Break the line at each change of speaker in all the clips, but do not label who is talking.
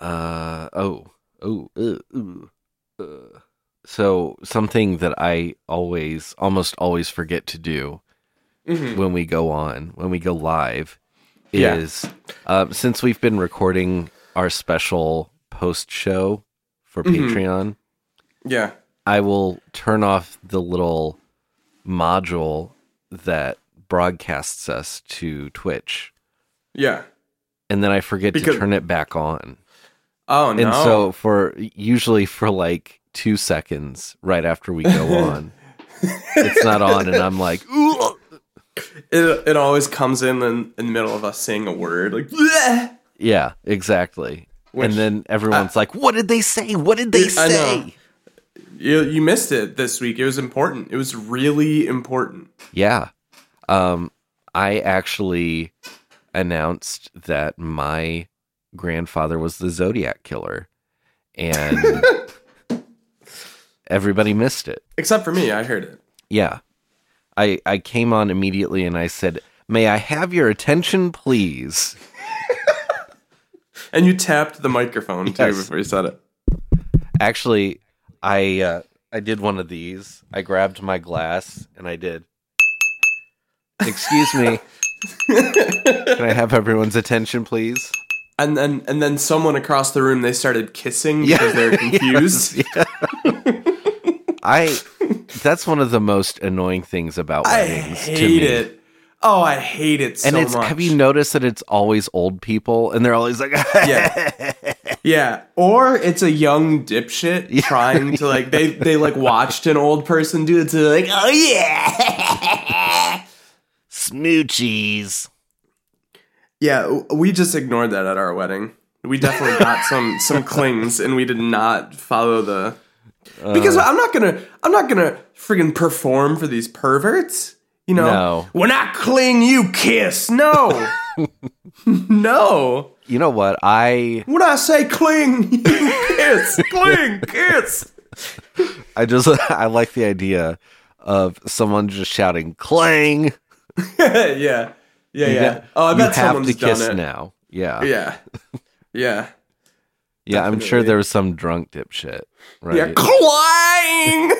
Uh oh oh uh, ooh, uh. So something that I always almost always forget to do
Mhm.
when we go on when we go live
Yeah.
is um, since we've been recording our special post show for
Mhm.
Patreon,
Yeah.
I will turn off the little module that broadcasts us to Twitch,
Yeah.
and then I forget
Because-
to turn it back on.
Oh no.
And so for usually for like two seconds right after we go on, it's not on, and I'm like, "Ooh."
it, it always comes in, in in the middle of us saying a word like "Bleh!"
yeah, exactly.
Which-
and then everyone's like, "What did they say? What did they
I know.
say?"
you you missed it this week. It was important. It was really important.
Yeah, um, I actually announced that my grandfather was the Zodiac killer, and everybody missed it.
Except for me, I heard it.
Yeah. I I came on immediately and I said, "May I have your attention, please?"
And you tapped the microphone too
Yes.
before you said it.
Actually, I uh, I did one of these. I grabbed my glass and I did. Excuse me. Can I have everyone's attention, please?
And then and then someone across the room they started kissing
Yeah.
because they were confused.
I that's one of the most annoying things about
I
weddings to me.
hate it. Oh, I hate it so
And it's
much.
have you noticed that it's always old people and they're always like
Yeah. Yeah, or it's a young dipshit trying to like they they like watched an old person do it to like oh yeah.
smoochies.
Yeah, w- we just ignored that at our wedding. We definitely got some some clings and we did not follow the
Uh,
Because I'm not going to I'm not going to friggin perform for these perverts, you know.
No.
When I cling you kiss. No. no.
You know what? I
When I say cling, you kiss. cling, kiss.
I just I like the idea of someone just shouting clang.
yeah. Yeah, yeah. Oh, I
you
bet
have
someone's
to kiss
done it.
now. Yeah, yeah.
Yeah. Yeah.
I'm sure
definitely.
there was some drunk dipshit, right?
Yeah, clang.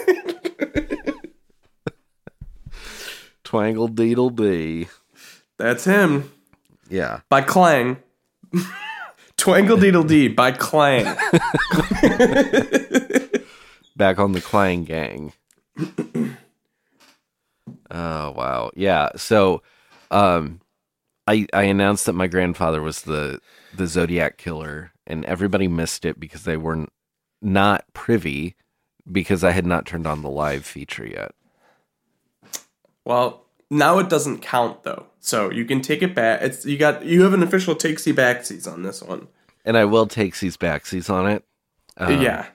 Twangle deedle dee.
That's him
Yeah,
by Clang. Twangle Deedle Dee by Clang.
back on the clang gang. oh wow, yeah. So, um, I I announced that my grandfather was the the Zodiac killer, and everybody missed it because they were n- not privy because I had not turned on the live feature yet.
Well, now it doesn't count though. So you can take it back. It's you got you have an official takesy backsies on this one.
and I will take these backsies on it. Uh-huh.
yeah.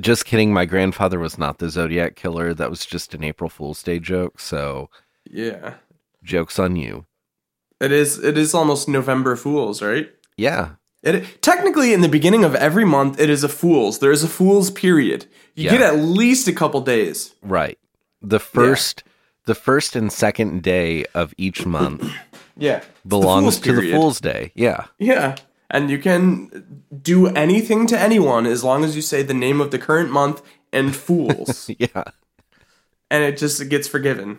Just kidding. My grandfather was not the Zodiac killer. That was just an April Fool's Day joke. So
Yeah.
jokes on you.
It is it is almost November Fools, right?
Yeah,
It technically in the beginning of every month it is a fools. There is a fools period. You
Yeah.
get at least a couple days.
right. The first, the first and second day of each month
Yeah. It's the
belongs
Fools
to the
period.
Fool's Day. Yeah,
Yeah. And you can do anything to anyone as long as you say the name of the current month and fools.
yeah.
and it just gets forgiven.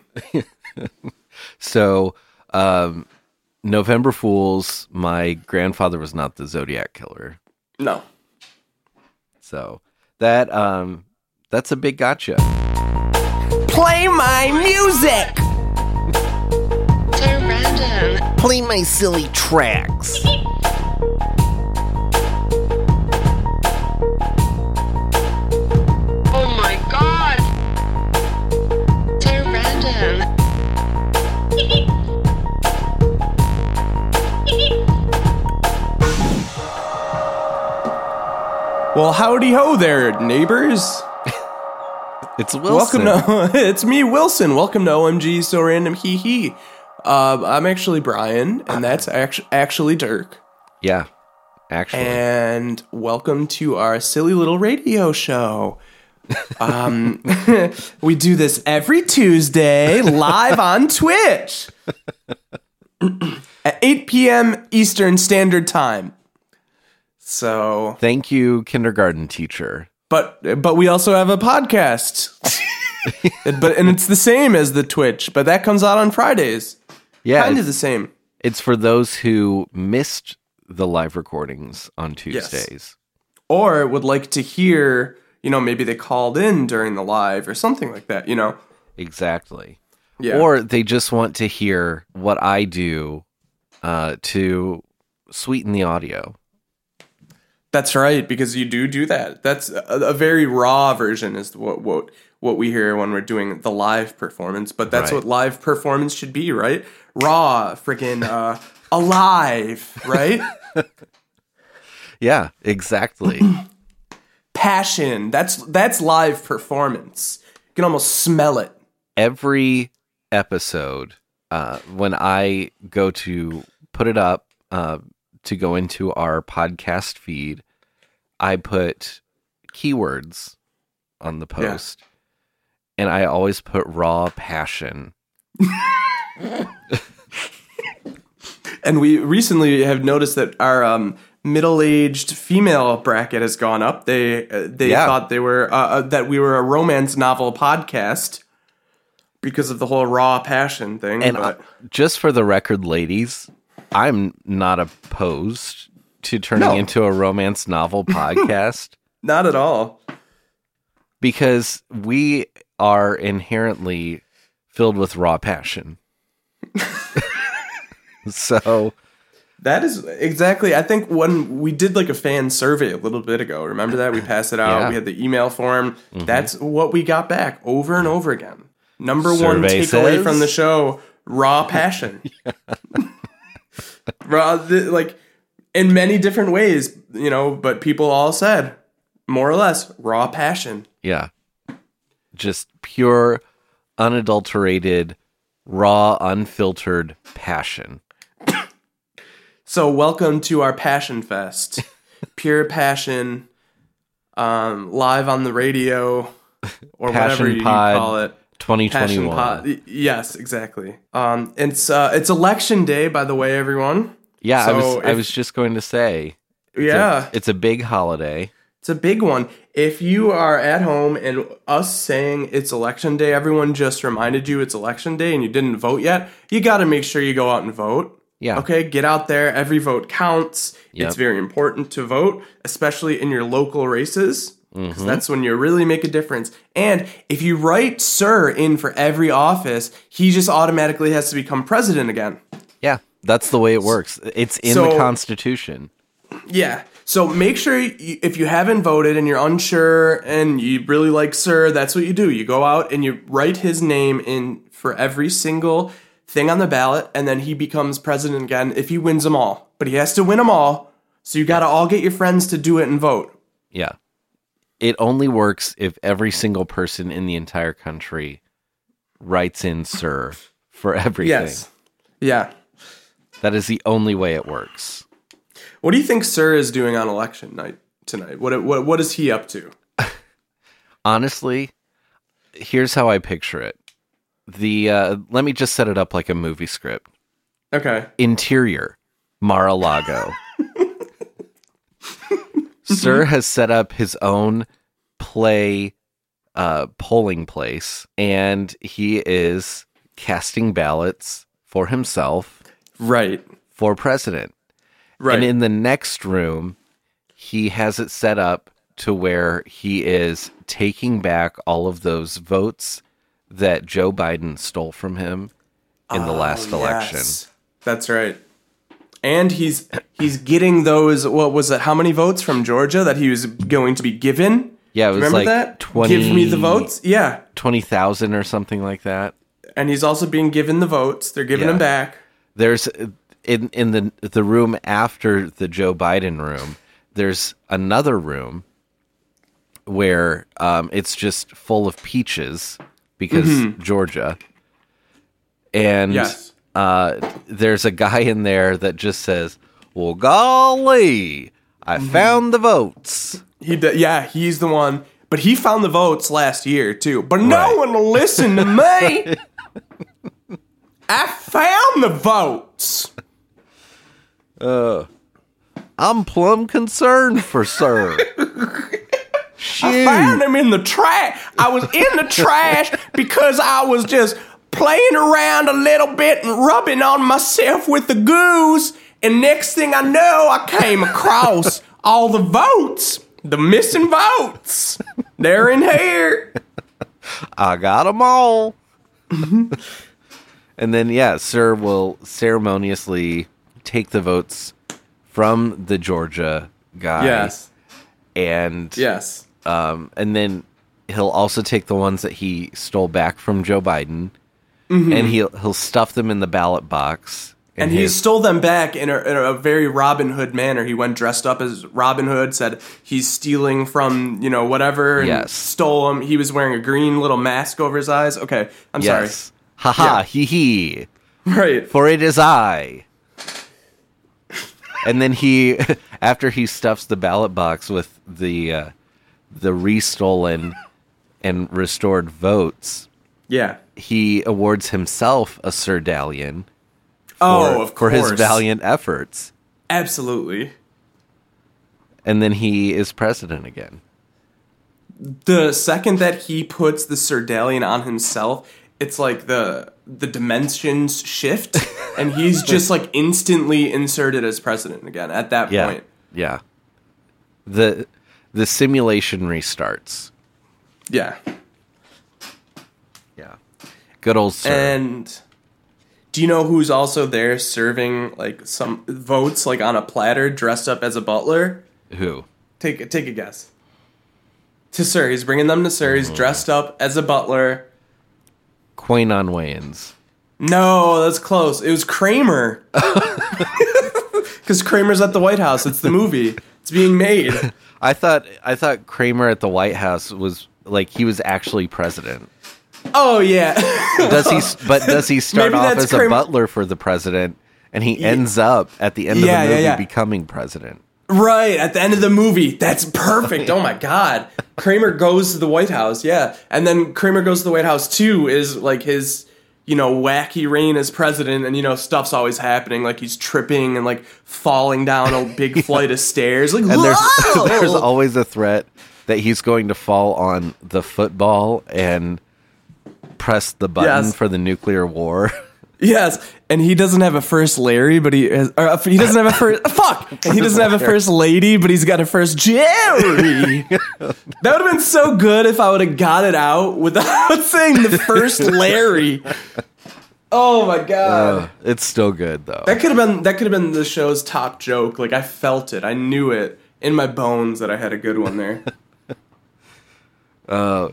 So, um, November Fools. My grandfather was not the Zodiac killer.
No.
So that um, that's a big gotcha.
Play my music.
So random.
Play my silly tracks.
Oh my god. So random.
Well, howdy ho there, neighbors.
It's Wilson.
Welcome to it's me, Wilson. Welcome to OMG So Random Hee Hee. Uh, I'm actually Brian, and that's actu- actually Dirk.
Yeah, actually,
and welcome to our silly little radio show. Um, we do this every Tuesday live on Twitch at 8 p.m. Eastern Standard Time. So,
Thank you, kindergarten teacher.
but but we also have a podcast. And- but and it's the same as the Twitch, but that comes out on Fridays.
Yeah,
kind of
it's,
the same.
it's for those who missed the live recordings on Tuesdays.
Or would like to hear, you know, maybe they called in during the live or something like that, you know.
Exactly.
Yeah.
Or they just want to hear what I do uh, to sweeten the audio.
That's right, because you do do that. That's a, a very raw version is what what what we hear when we're doing the live performance. But that's
Right.
what live performance should be, right? Raw, freaking uh, alive, right?
Yeah, exactly.
Passion. That's that's live performance. You can almost smell it.
every episode uh, when I go to put it up uh, to go into our podcast feed, I put keywords on the
Yeah.
post, and I always put raw passion.
And we recently have noticed that our um, middle-aged female bracket has gone up. They uh, they
Yeah.
thought they were uh, uh, that we were a romance novel podcast because of the whole raw passion thing.
And
but-
I- just for the record, ladies, I'm not opposed to turning
No.
into a romance novel podcast.
not at all.
because we are inherently filled with raw passion. so
That is exactly. I think when we did like a fan survey a little bit ago, remember that we passed it out.
Yeah. Mm-hmm.
We had the email form. That's what we got back over and over again. Number one
Survey
takeaway
says-
from the show: raw passion. raw, th- like in many different ways, you know. But people all said more or less raw passion.
yeah, just pure, unadulterated, raw, unfiltered passion.
So welcome to our passion fest, pure passion, um, live on the radio or whatever
Passion
you
pod.
call it.
Twenty twenty
Passion pod.
one.
Y- Yes, exactly. Um, it's uh, it's election day, by the way, everyone.
Yeah, I was
So
I
if-
was just going to say, it's a-
Yeah,
it's a big holiday.
it's a big one. If you are at home and us saying it's election day, everyone just reminded you it's election day and you didn't vote yet, you got to make sure you go out and vote.
Yeah,
Okay, get out there. Every vote counts.
Yep.
It's very important to vote, especially in your local races, because
Mm-hmm.
that's when you really make a difference. And if you write Sir in for every office, he just automatically has to become president again.
yeah, that's the way it works. It's in the
So-
Constitution.
Yeah. So make sure you, if you haven't voted and you're unsure and you really like Sir, that's what you do. You go out and you write his name in for every single thing on the ballot, and then he becomes president again if he wins them all. But he has to win them all. So you got to all get your friends to do it and vote.
Yeah. It only works if every single person in the entire country writes in sir for everything.
Yeah.
That is the only way it works.
What do you think Sir is doing on election night tonight? What what what is he up to?
Honestly, here's how I picture it. The uh, let me just set it up like a movie script.
Okay.
Interior, Mar-a-Lago. Sir has set up his own play uh, polling place, and he is casting ballots for himself
Right.
for president.
Right.
And in the next room, he has it set up to where he is taking back all of those votes that Joe Biden stole from him in the last election.
Oh, Yes. That's right. And he's he's getting those what was it? How many votes from Georgia that he was going to be given?
Yeah, it was
Remember
like
that?
20
Give me the votes. Yeah.
twenty thousand or something like that.
And he's also being given the votes. They're giving
Yeah.
him back.
There's in in the the room after the Joe Biden room. There's another room where um, it's just full of peaches because Georgia, and
Mm-hmm. Yes.
uh, there's a guy in there that just says, "Well, golly, I
Mm-hmm.
found the votes."
He d- yeah, he's the one. But he found the votes last year too. But no
Right.
one will listen to me. I found the votes.
I'm plumb concerned for sir. Shoot.
found him in the trash. I was in the trash because I was just playing around a little bit and rubbing on myself with the goose. And next thing I know, I came across all the votes, the missing votes. They're in here.
I got them all. and then, yeah, Sir will ceremoniously take the votes from the Georgia guy. And
Yes.
um, and then he'll also take the ones that he stole back from Joe Biden, and he'll he'll stuff them in the ballot box. in
Mm-hmm. And he
his-
stole them back in a, in a very Robin Hood manner. He went dressed up as Robin Hood, said he's stealing from, you know, whatever, and
Yes.
stole them. He was wearing a green little mask over his eyes. Okay, I'm
yes, ha ha,
Yeah.
hee hee.
sorry. Right.
for it is I. and then he, after he stuffs the ballot box with the uh, the restolen and restored votes,
Yeah.
he awards himself a Sir Dallion
oh, of
for
course.
his valiant efforts.
Absolutely.
And then he is president again.
The second that he puts the Serdalion on himself, it's like the the dimensions shift, and he's just like instantly inserted as president again at that
Yeah,
point.
yeah. the The simulation restarts.
Yeah.
Yeah, good old Sir.
And do you know who's also there serving like some votes like on a platter dressed up as a butler?
Who?
Take a- take a guess. To Sir, he's bringing them to Sir.
Mm.
He's dressed up as a butler.
Quainon Wayans.
No, that's close. It was Kramer. Because Kramer's at the White House. It's the movie. It's being made.
I thought I thought Kramer at the White House was like he was actually president.
Oh yeah.
Does he? But does he start
Maybe
off
that's
as a
Kramer-
butler for the president, and he ends up at the end of
Yeah,
the
yeah,
movie
yeah.
becoming president?
right at the end of the movie. That's perfect. Oh my god. Kramer goes to the White House. Yeah, and then Kramer goes to the White House too. Is like his. You know, wacky reign as president, and you know stuff's always happening. Like he's tripping and like falling down a big flight of stairs. Like,
And there's
"Whoa!"
there's always a threat that he's going to fall on the football and press the button
Yes.
for the nuclear war.
Yes, and he doesn't have a first Larry, but he has, or uh, he doesn't have a first fuck, and he doesn't have a first lady, but he's got a first Jerry. that would have been so good if I would have got it out without saying the first Larry. Oh my god,
Uh, it's still good though.
that could have been that could have been the show's top joke. Like I felt it, I knew it in my bones that I had a good one there.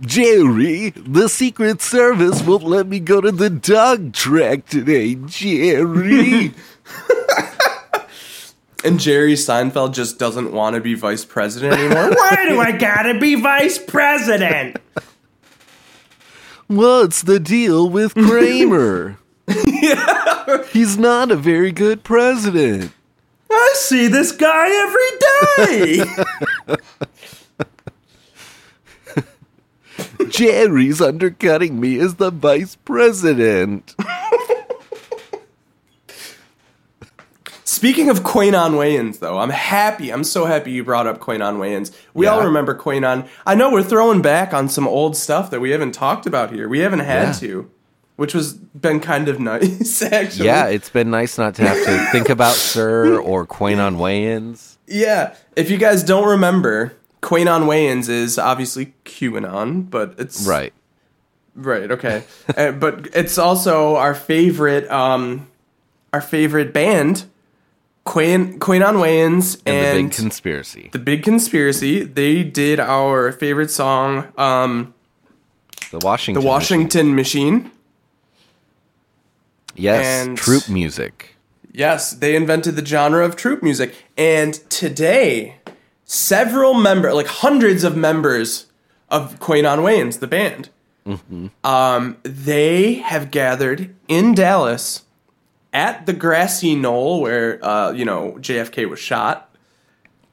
Jerry, the Secret Service won't let me go to the dog track today, Jerry.
And Jerry Seinfeld just doesn't want to be vice president anymore. Why do I gotta be vice president?
What's the deal with Kramer? He's not a very good president.
I see this guy every day.
Jerry's undercutting me as the vice president.
Speaking of Quainon Wayans, though, I'm happy. I'm so happy you brought up Quainon Wayans. We all
Yeah.
remember Quainon. I know we're throwing back on some old stuff that we haven't talked about here. We haven't had
Yeah.
to, which has been kind of nice, actually.
Yeah, it's been nice not to have to think about Sir or Quainon Wayans.
Yeah. If you guys don't remember, Quainon Wayans is obviously QAnon, but it's
Right.
Right. Okay. uh, but it's also our favorite, um, our favorite band, Queen Quainon Wayans
And the
and
big conspiracy.
the Big Conspiracy. They did our favorite song, um,
The
"The
Washington.
Washington Machine."
Yes,
and-
troop music.
Yes, they invented the genre of troop music, and today, several member, like hundreds of members of Quainon Wayans, the band, um, they have gathered in Dallas at the grassy knoll where uh, you know JFK was shot.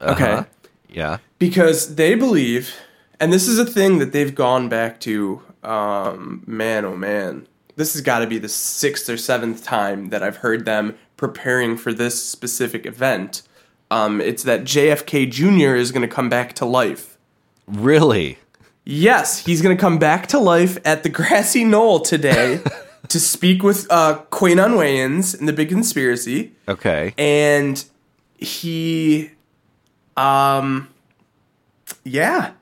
Uh-huh. Yeah.
because they believe, and this is a thing that they've gone back to. Um, man, oh man, this has got to be the sixth or seventh time that I've heard them preparing for this specific event. Um, it's that JFK Jr. is going to come back to life.
Really?
Yes, he's going to come back to life at the grassy knoll today to speak with uh, Quanon Wayans in The Big Conspiracy.
Okay.
And he. Um, yeah.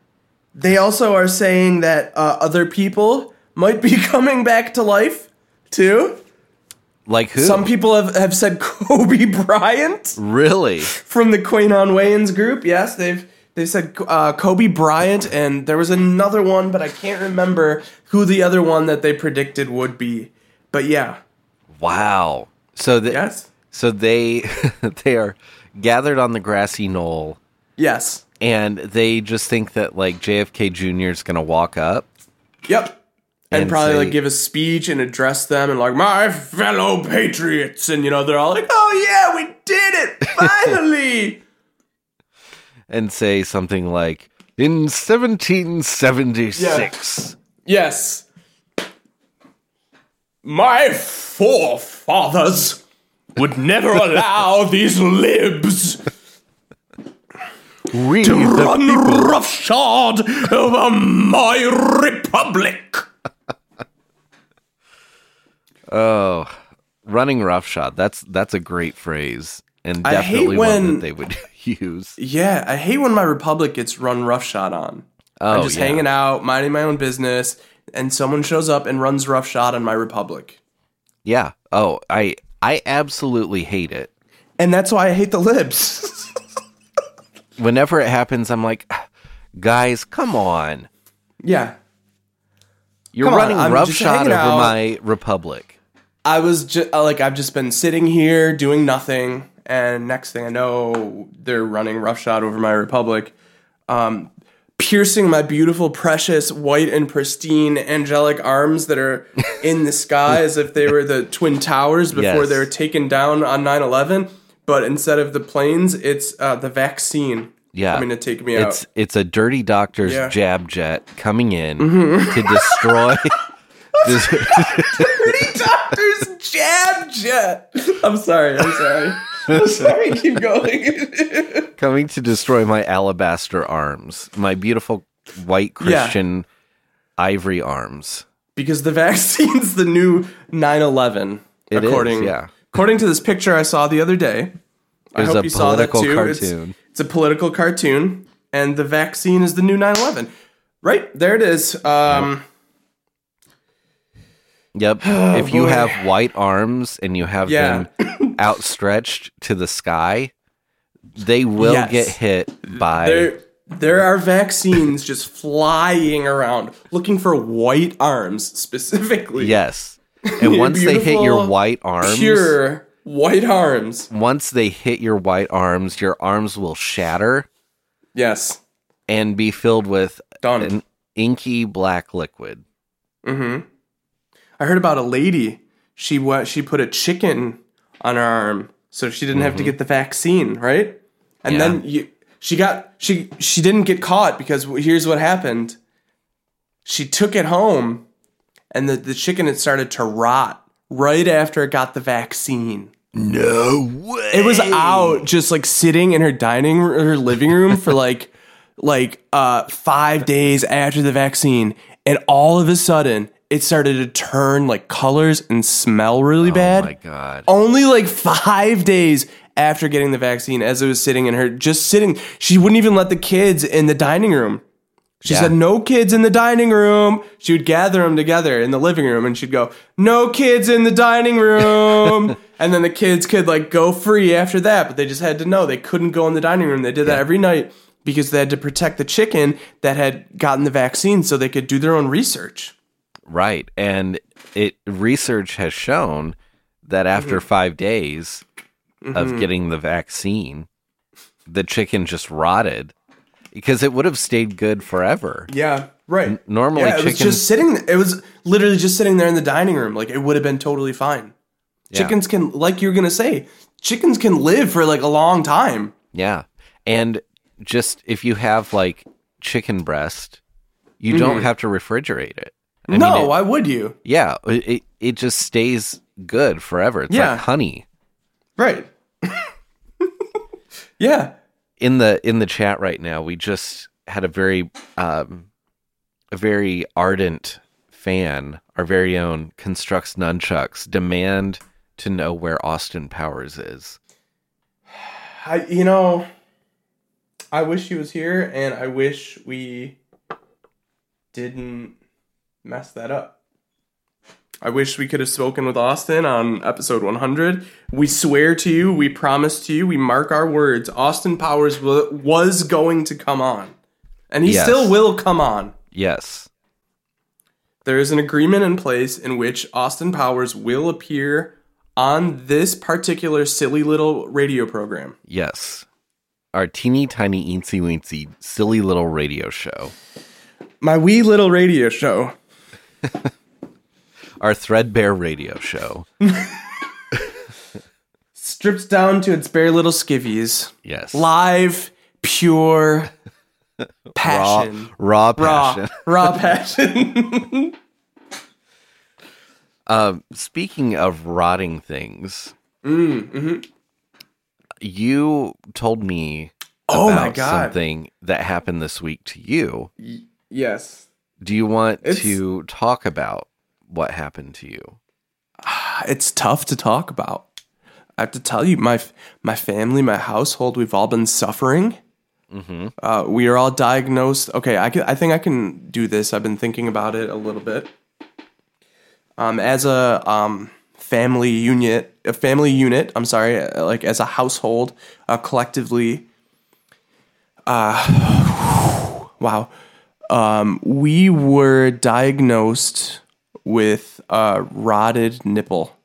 They also are saying that uh, other people might be coming back to life, too.
like who?
Some people have, have said Kobe Bryant
really?
from the Quanon Wayans group. Yes, they've they said uh, Kobe Bryant, and there was another one, but I can't remember who the other one that they predicted would be. But yeah,
Wow. So the,
yes,
so they they are gathered on the grassy knoll
yes,
and they just think that like JFK Jr. is going to walk up.
yep, and,
And
probably
say-
like give a speech and address them and like my fellow patriots, and you know they're all like, oh yeah, we did it finally.
and say something like in 1776
Yes. My forefathers would never allow these libs
we the people
roughshod over my republic.
oh running roughshod that's that's a great phrase and
I hate
definitely one
when-
that they would use
Yeah, I hate when my republic gets run roughshod on. I'm
Oh,
just
yeah.
hanging out, minding my own business, and someone shows up and runs roughshod on my republic.
yeah oh i i absolutely hate it
And that's why I hate the libs.
whenever it happens i'm like guys come on
yeah.
you're
Come on,
running
I'm just
roughshod
hanging
over
out.
my republic
I was just like I've just been sitting here doing nothing, and next thing I know, they're running roughshod over my republic, um, piercing my beautiful, precious, white and pristine angelic arms that are in the sky as if they were the twin towers before
Yes.
they were taken down on 9-11. But instead of the planes, it's uh, the vaccine.
yeah
coming to take me
it's
out.
it's a dirty doctor's
Yeah. Mm-hmm.
jab jet coming in to destroy this-
Pretty doctors jab jet. I'm sorry. I'm sorry. I'm sorry. Keep going.
coming to destroy my alabaster arms, my beautiful white
Yeah.
Christian ivory arms.
because the vaccine's the new 9/11
It is,
according
yeah.
according to this picture I saw the other day. I
It was
hope
a
you saw that
political
too.
cartoon.
It's, it's a political cartoon and the vaccine is the new 9/11. Right? There it is. Um
Yep. if you
Oh, boy.
have white arms and you have
Yeah.
them outstretched to the sky, they will
Yes.
get hit by
there there are vaccines just flying around looking for white arms specifically.
yes. And once they hit your
beautiful,
white arms,
Pure white arms.
once they hit your white arms, your arms will shatter
Yes.
and be filled with
Done.
an inky black liquid.
I heard about a lady. She wa she put a chicken on her arm, so she didn't have to get the vaccine, right? And
Mm-hmm. Yeah.
then you, she got she she didn't get caught because w- here's what happened. She took it home, and the, the chicken had started to rot right after it got the vaccine.
No way.
It was out just like sitting in her dining r- her living room for like like uh 5 days after the vaccine and all of a sudden it started to turn like colors and smell really
Oh
bad.
my god.
Only like 5 days after getting the vaccine as it was sitting in her just sitting she wouldn't even let the kids in the dining room. She
Yeah.
said no kids in the dining room. She would gather them together in the living room and she'd go, "No kids in the dining room." and then the kids could like go free after that, but they just had to know they couldn't go in the dining room. They did that every night because they had to protect the chicken that had gotten the vaccine so they could do their own research.
Right. And it research has shown that after
Mm-hmm.
5 days of getting the vaccine, the chicken just rotted because it would have stayed good forever.
Yeah, right.
Normally
yeah, it was
chickens
just sitting it was literally just sitting there in the dining room like it would have been totally fine.
Yeah.
Chickens can like you're going to say, chickens can live for like a long time.
Yeah. And just if you have like chicken breast, you
Mm-hmm.
don't have to refrigerate it. I mean,
no,
it-
why would you?
yeah, it, it it just stays good forever. It's
Yeah.
like honey.
Right. Yeah.
in the in the chat right now we just had a very um a very ardent fan our very own constructs nunchucks demand to know where austin powers is
I you know I wish he was here and I wish we didn't mess that up. I wish we could have spoken with Austin on episode 100. We swear to you, we promise to you, we mark our words. Austin Powers wa- was going to come on. And he
Yes.
still will come on.
yes
There is an agreement in place in which Austin Powers will appear on this particular silly little radio program.
yes our teeny tiny eensy weensy silly little radio show
My wee little radio show.
our threadbare radio show
stripped down to its bare little skivvies.
yes
Live, pure
raw,
passion.
raw
Raw,
passion
raw, passion.
Um, speaking of rotting things, you told me
Oh my
about
God.
something that happened this week to you.
yes.
Do you want
It's-
to talk about what happened to you?
It's tough to talk about. I have to tell you, my my family, my household, we've all been suffering. Uh, we are all diagnosed. Okay, I can. I think I can do this. I've been thinking about it a little bit. Um, as a um family unit, a family unit. I'm sorry, uh, like as a household, uh, collectively. Uh, wow, um, we were diagnosed with a rotted nipple.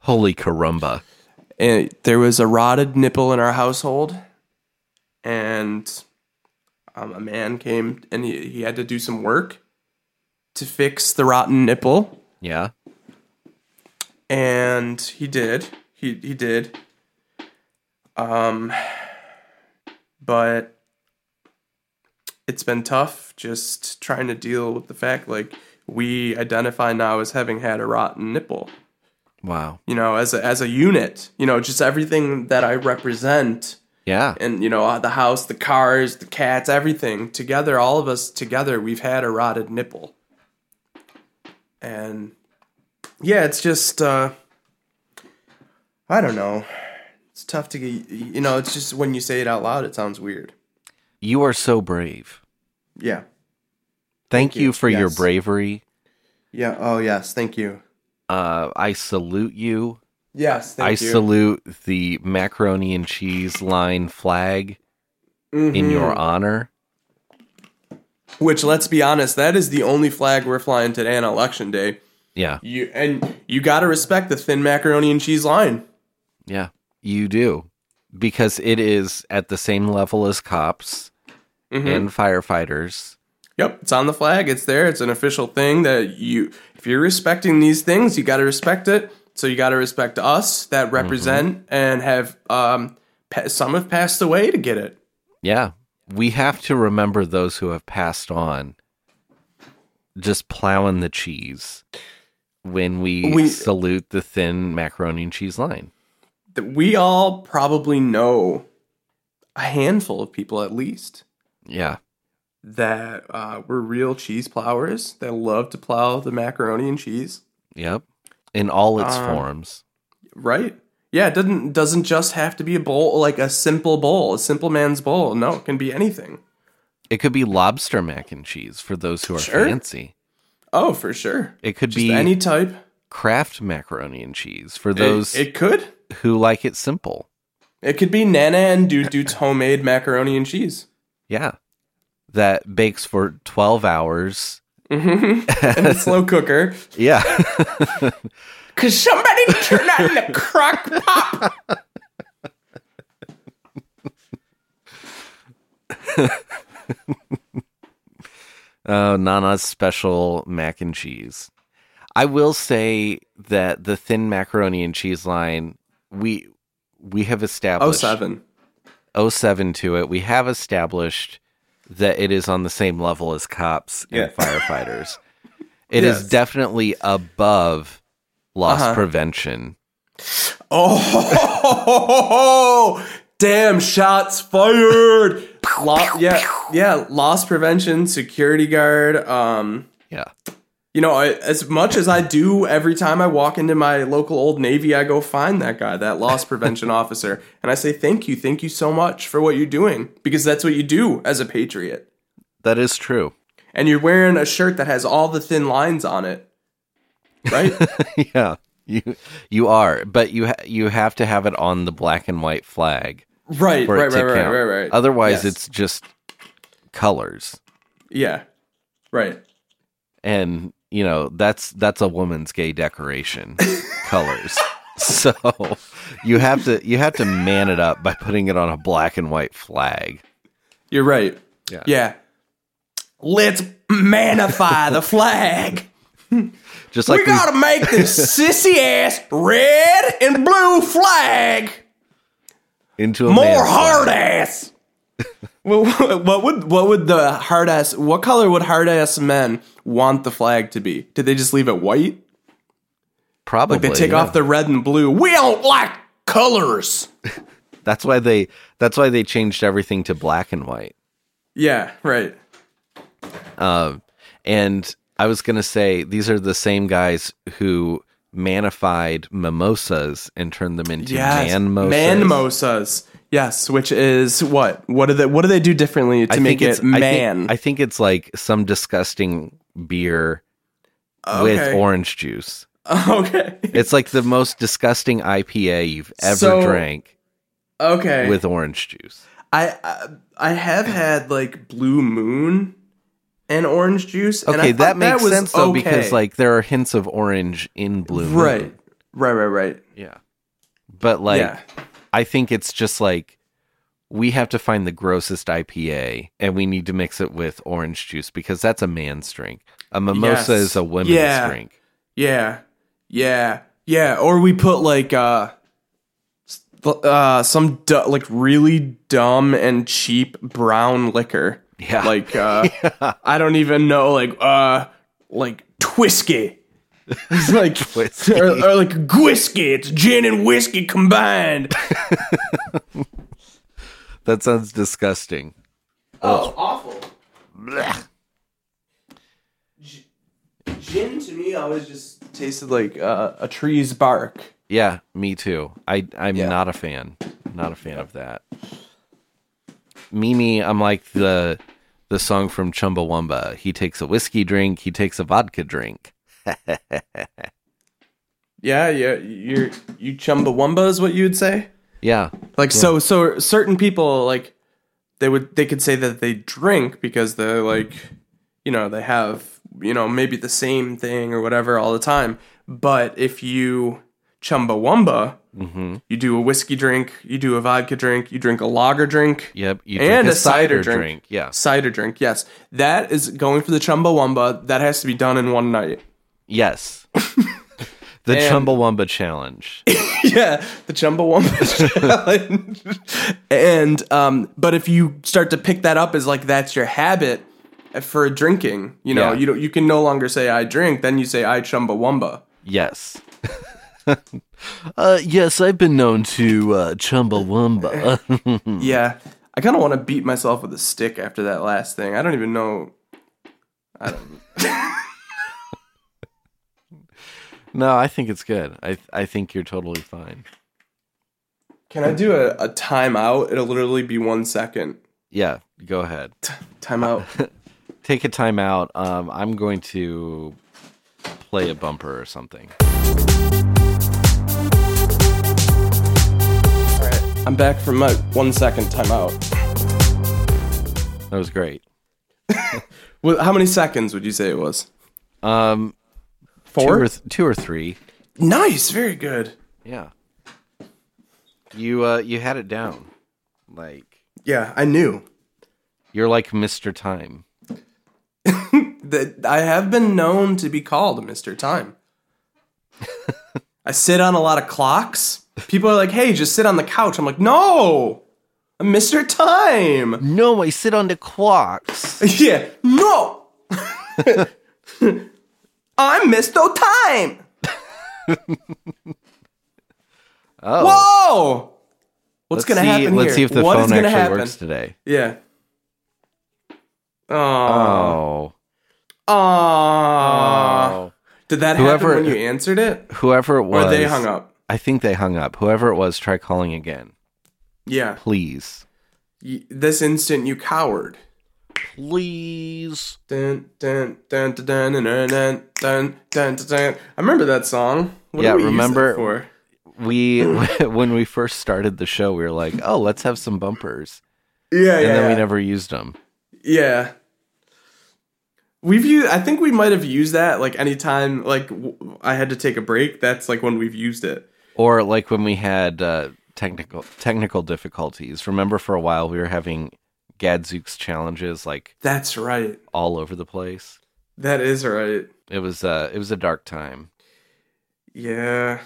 Holy carumba.
and there was a rotted nipple in our household, and um, a man came and he, he had to do some work to fix the rotten nipple,
Yeah.
and he did. He he did. Um, but it's been tough just trying to deal with the fact like we identify now as having had a rotten nipple
Wow.
you know, as a, as a unit, you know, just everything that I represent,
Yeah.
and you know, uh, the house, the cars, the cats, everything together, all of us together, we've had a rotted nipple, and yeah, it's just, uh, I don't know, it's tough to get, you know, it's just when you say it out loud, it sounds weird.
You are so brave.
Yeah,
Thank, you.
you.
for your
Yes.
bravery.
yeah. Oh yes, thank you.
Uh, I salute you.
Yes, thank
I
you.
salute the macaroni and cheese line flag
Mm.
in your honor.
Mm-hmm. Which, let's be honest, that is the only flag we're flying today on election day.
Yeah.
You and you gotta respect the thin macaroni and cheese line.
Yeah, you do. Because it is at the same level as cops
Mm-hmm.
and firefighters.
Yep, it's on the flag. It's there. It's an official thing that you, if you're respecting these things, you gotta respect it. So you gotta respect us that represent and have um, pa- some have passed away to get it.
Yeah. We have to remember those who have passed on just plowing the cheese when we,
We-
salute the thin macaroni and cheese line.
That we all probably know a handful of people at least
Yeah.
that uh, were real cheese plowers that love to plow the macaroni and cheese.
Yep. In all its
Um,
forms.
Right. Yeah, it doesn't doesn't just have to be a bowl like a simple bowl, a simple man's bowl. No, it can be anything.
It could be lobster mac and cheese for those who are
Sure.
fancy.
Oh, for sure.
It could
Just
be
any type.
Kraft macaroni and cheese for those
It, it could.
who like it simple.
It could be Nana and Dude's homemade macaroni and cheese.
Yeah. That bakes for 12 hours.
Mm-hmm. And a slow cooker.
Yeah.
Cause somebody turned on the crock pot.
uh, Nana's special mac and cheese. I will say that the thin macaroni and cheese line, we we have
Oh
established
seven.
07 to it. We have established that it is on the same level as cops and firefighters. It is
Yes.
definitely above loss
Uh-huh.
prevention
Oh, damn! Shots fired. Lo- yeah, yeah. Loss prevention, security guard. Um,
Yeah.
you know, I, as much as I do every time I walk into my local Old Navy, I go find that guy, that loss prevention officer, and I say, "Thank you, thank you so much for what you're doing," because that's what you do as a patriot.
That is true.
And you're wearing a shirt that has all the thin lines on it, right?
yeah. You you are, but you ha- you have to have it on the black and white flag
right, right,
for
right,
it to
right, right,
count.
right, right.
Otherwise,
Yes.
it's just colors,
yeah, right.
and you know that's that's a woman's gay decoration, colors. So you have to you have to man it up by putting it on a black and white flag.
You're right.
Yeah.
Yeah. Let's manify the flag.
Just like
we gotta make this sissy ass red and blue flag
we- into a
more
man's flag.
hard ass. well, what would what would the hard ass? What color would hard ass men want the flag to be? Did they just leave it white?
Probably
Like they take
yeah.
off the red and blue. We don't like colors.
That's why they that's why they changed everything to black and white.
Yeah. Right.
Um, and I was going to say these are the same guys who manified mimosas and turned them into
Yes.
manmosas.
Manmosas. Yes, which is what? What do they what do they do differently to
I
make
think it's
it
I think-
man?
I think, it's like some disgusting beer with
Oh, Okay.
orange juice.
Okay.
It's like the most disgusting IPA you've ever
So-
drank
Okay.
with orange juice.
I, I I have had like blue moon and orange juice. and I
Okay,
thought
that makes
was
sense though because
okay.
like there are hints of orange in blue. Moon.
right, right, right, right.
Yeah. But like
yeah,
I think it's just like we have to find the grossest IPA and we need to mix it with orange juice because that's a man's drink. A mimosa
Yes.
is a women's
Yeah.
drink.
yeah, yeah, yeah. Or we put like uh, s- uh some du- like really dumb and cheap brown liquor.
Yeah.
like uh, I don't even know like uh like twisky. It's like
Twisky.
Or, or like whiskey. It's gin and whiskey combined.
That sounds disgusting.
Oh, awful. G- Gin to me always just tasted like uh, a tree's bark.
Yeah, me too. I I'm
Yeah.
not a fan. Not a fan of that. Mimi, I'm like the the song from Chumbawamba. He takes a whiskey drink, he takes a vodka drink.
Yeah, yeah, you're you chumbawamba is what you'd say.
Yeah.
Like so, so certain people like they would they could say that they drink because they're like you know they have you know maybe the same thing or whatever all the time. But if you chumbawamba,
Mhm.
you do a whiskey drink, you do a vodka drink, you drink a lager drink,
Yep, you
And a cider drink.
Yeah.
Cider drink, yes. That is going for the Chumbawamba. That has to be done in one night.
Yes. the
And-
Chumbawamba challenge.
yeah, the Chumbawamba challenge. and um, but if you start to pick that up as like that's your habit for drinking, you know,
Yeah.
you don't, you can no longer say I drink. Then you say I Chumbawamba.
Yes. uh, yes, I've been known to uh, Chumbawamba.
Yeah, I kind of want to beat myself with a stick after that last thing. I don't even know.
no, I think it's good. I I think you're totally fine.
Can I do a, a timeout? It'll literally be one second.
Yeah, go ahead.
Timeout.
Take a time out. Um, I'm going to play a bumper or something.
All right, I'm back from my one second timeout.
That was great.
Well, how many seconds would you say it was?
Um, two
Four.
or, th- two or three.
nice, very good.
Yeah. You uh, you had it down. Like
Yeah, I knew
you're like Mr. Time.
that. I have been known to be called Mister Time. I sit on a lot of clocks. People are like, "Hey, just sit on the couch." I'm like, "No, I'm Mister Time."
No, I sit on the clocks.
yeah, no, I'm Mister Time.
Oh,
Whoa! What's
let's
gonna
see,
happen
Let's
here?
see if the
What is
phone
gonna
actually
happen?
works today.
Yeah. Oh.
Oh,
Oh. Did that
Whoever-
happen when you answered it,
whoever it
or
was,
they hung up?
I think they hung up. Whoever it was, try calling again,
Yeah.
please,
Y- this instant, you coward.
please.
Dun, dun, dun, dun, dun, dun, dun, dun, dun, dun, dun, dun. I remember that song. What
Yeah,
did we use that
remember-
for?
We when we first started the show, we were like, oh, let's have some bumpers,
Yeah,
and
yeah.
then we
yeah.
never used them.
Yeah. We've used. I think we might have used that like anytime like w- I had to take a break. That's like when we've used it.
or like when we had uh, technical technical difficulties. Remember, for a while we were having Gadzooks challenges like
That's right.
all over the place.
That is right.
It was uh, it was a dark time.
Yeah.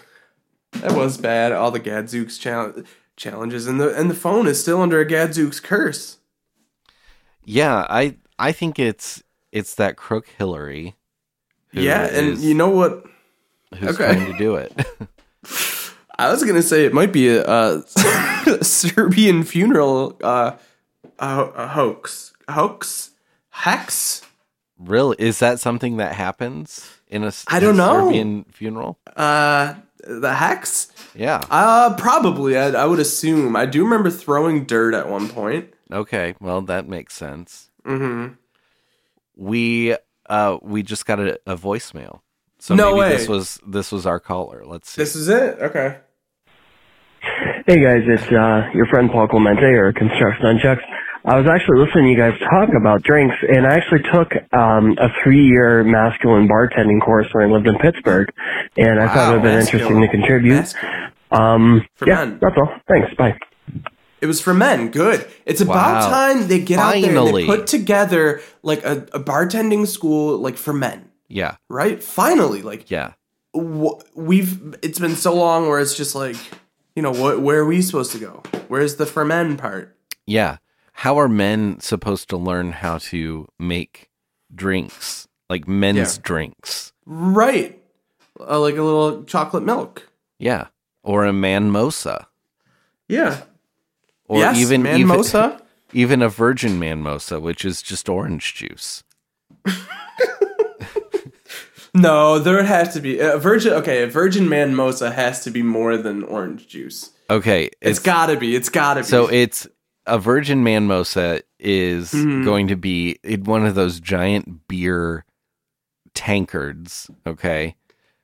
That was bad. All the Gadzooks challenge challenges and the and the phone is still under a Gadzooks curse.
Yeah, I I think it's it's that crook Hillary. who
yeah, and
is-
you know what?
who's
okay.
going to do it.
I was gonna say it might be a, uh Serbian funeral uh, uh, a hoax, hoax, hex.
really, is that something that happens in a s-
I don't
a
know.
Serbian funeral?
Uh, the hex?
Yeah.
Uh, probably. I, I would assume. I do remember throwing dirt at one point.
Okay. Well, that makes sense.
Mm-hmm.
we uh we just got a, a voicemail. So
No
maybe
way.
this was this was our caller. Let's see.
This is it. Okay.
Hey guys, it's uh, your friend Paul Clemente or Construction Unchecks. I was actually listening to you guys talk about drinks, and I actually took um, a three-year masculine bartending course when I lived in Pittsburgh, and I thought it would have been interesting to contribute.
Masculine.
Um,
For
yeah,
men.
that's all. Thanks. Bye.
It was for men. Good. It's about
Wow.
time they get out there and
Finally.
they put together like a, a bartending school like for men.
yeah,
Right? Finally, like
yeah.
wh- we've it's been so long where it's just like you know what where are we supposed to go where's the for men part
Yeah. How are men supposed to learn how to make drinks? Like men's
Yeah.
drinks.
right uh, like a little chocolate milk
Yeah. Or a man mosa.
yeah
Or
yes,
even
man
even,
mosa
even a virgin man mosa, which is just orange juice.
no there has to be a virgin okay a virgin man mosa has to be more than orange juice
Okay.
it's gotta be it's gotta be
So it's a virgin man mosa is
Mhm.
going to be in one of those giant beer tankards, okay,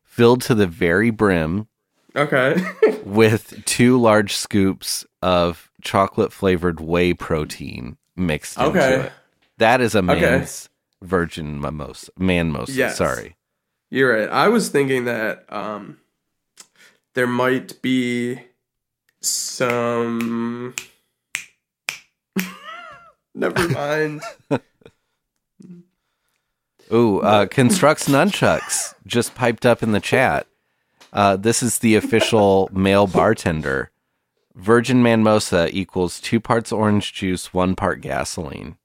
filled to the very brim
okay
with two large scoops of chocolate flavored whey protein mixed
Okay.
into it. That is a
Okay.
man's virgin mimosa, man mosa.
Yes.
Sorry.
you're right i was thinking that um there might be some never mind
Ooh, uh, constructs nunchucks just piped up in the chat. Uh, this is the official male bartender. Virgin man mosa equals two parts orange juice, one part gasoline.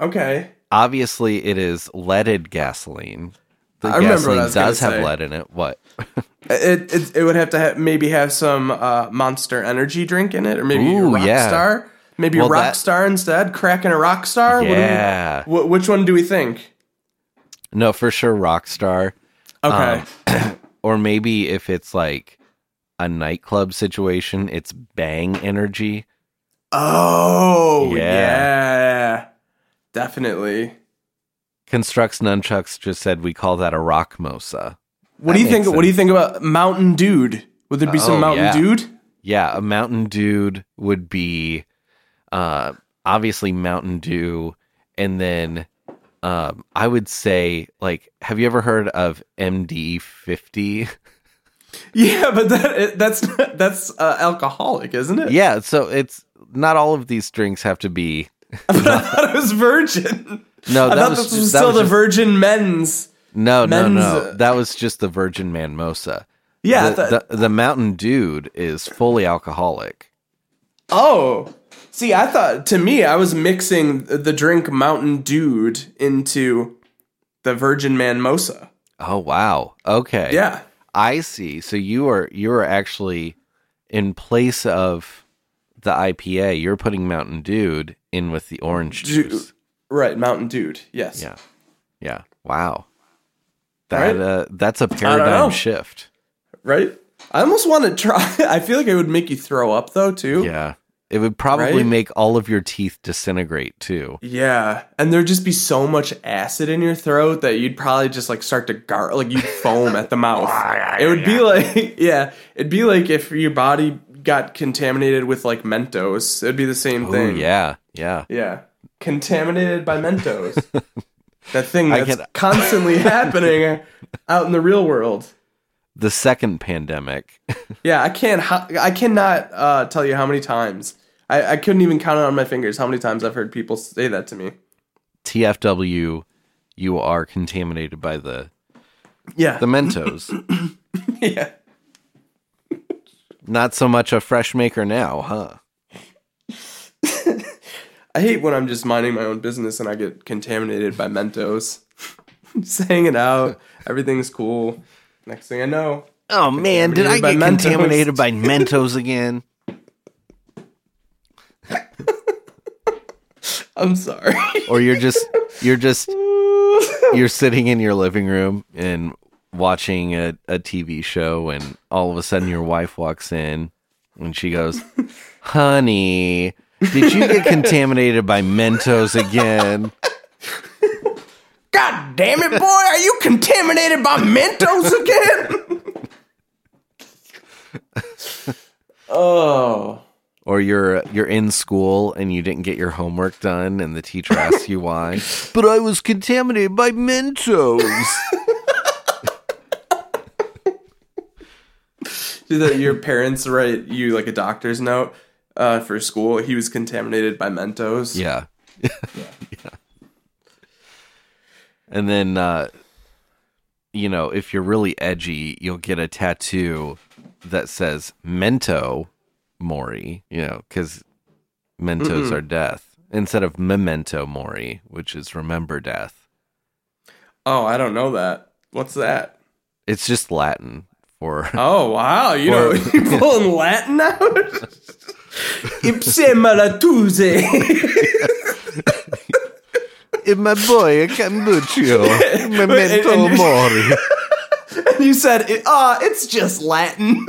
Okay.
Obviously, it is leaded gasoline. The
I remember what
gasoline
I was gonna
does have
say.
lead in it. What?
It it, it would have to ha- maybe have some uh, Monster Energy drink in it, or maybe
Ooh, yeah.
Rockstar. Maybe
Well, that-
Rockstar instead. Cracking a Rockstar. What do we-
Yeah.
wh- which one do we think?
No, for sure, Rockstar.
Okay.
Um, Or maybe if it's like a nightclub situation, it's Bang Energy.
oh yeah.
Yeah.
definitely.
Constructs nunchucks just said we call that a rock mosa.
What
That
do you think?
makes
What do you think about Mountain Dude? Would there be
Oh,
some Mountain
yeah.
Dude?
Yeah, a Mountain Dude would be uh obviously Mountain Dew and then um I would say like have you ever heard of MD50?
Yeah, but that it, that's that's uh, alcoholic, isn't it?
yeah, so it's not all of these drinks have to be
but I thought it was virgin.
No,
I
Oh, that
thought
was,
this
just,
was
that
still
was
the
just-
virgin men's.
No, no, no.
men's- uh,
That was just the Virgin Man Mosa.
Yeah, I
the,
thought-
the, the Mountain Dude is fully alcoholic.
Oh, see, I thought to me, I was mixing the drink Mountain Dude into the Virgin Man Mosa.
Oh wow. Okay.
Yeah,
I see. So you are you are actually in place of the IPA, you're putting Mountain Dude in with the orange
Ju-
juice.
right, Mountain Dude. Yes.
Yeah. Yeah. Wow.
Right?
That uh, that's a
know.
paradigm shift.
Right. I almost want to try. I feel like it would make you throw up though too.
Yeah. It would probably
Right?
make all of your teeth disintegrate too.
Yeah, and there'd just be so much acid in your throat that you'd probably just like start to gar like you'd foam at the mouth. It would be like yeah, it'd be like if your body got contaminated with like Mentos. It'd be the same
Oh
thing.
yeah. Yeah.
yeah, contaminated by Mentos. that thing
I
that's
can-
constantly happening out in the real world.
The second pandemic.
Yeah, I can't. ho- I cannot uh, tell you how many times. I, I couldn't even count it on my fingers how many times I've heard people say that to me.
TFW you are contaminated by the
Yeah.
the Mentos.
yeah.
Not so much a fresh maker now, huh?
I hate when I'm just minding my own business and I get contaminated by Mentos. just hanging out, everything's cool. Next thing I know,
Oh man, did I get
Contaminated by Mentos.
contaminated by Mentos again?
I'm sorry.
Or you're just you're just you're sitting in your living room and watching a, a TV show and all of a sudden your wife walks in and she goes, Honey, did you get contaminated by Mentos again?
God damn it, boy! Are you contaminated by Mentos again? oh.
Or you're you're in school and you didn't get your homework done and the teacher asks you why. But I was contaminated by Mentos.
Did that your parents write you like a doctor's note uh, for school? He was contaminated by Mentos.
Yeah. Yeah. And then uh you know, if you're really edgy, you'll get a tattoo that says Mento Mori, you know, cuz Mentos are death instead of Memento Mori, which is remember death.
Oh, I don't know that. What's that?
It's just Latin for
Oh wow, you know
Or-
you pulling Latin out. Ipse malatuse.
in my boy a cambuccio,
And-
Memento
and-
Mori.
you said, it, "Ah, it's just Latin."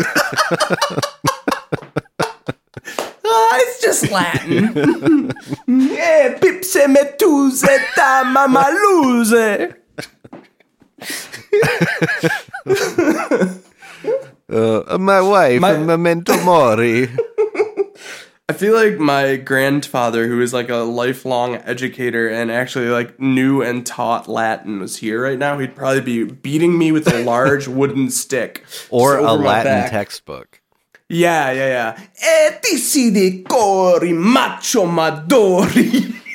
Ah, it's just Latin. yeah, pipse metuse ta mama lose.
Uh, my wife,
My-
Memento Mori.
I feel like my grandfather, who is like a lifelong educator and actually like knew and taught Latin, was here right now. He'd probably be beating me with a large wooden stick
Or
just
a
over my
Latin
back.
textbook.
Yeah, yeah, yeah. Etici di cori macho madori.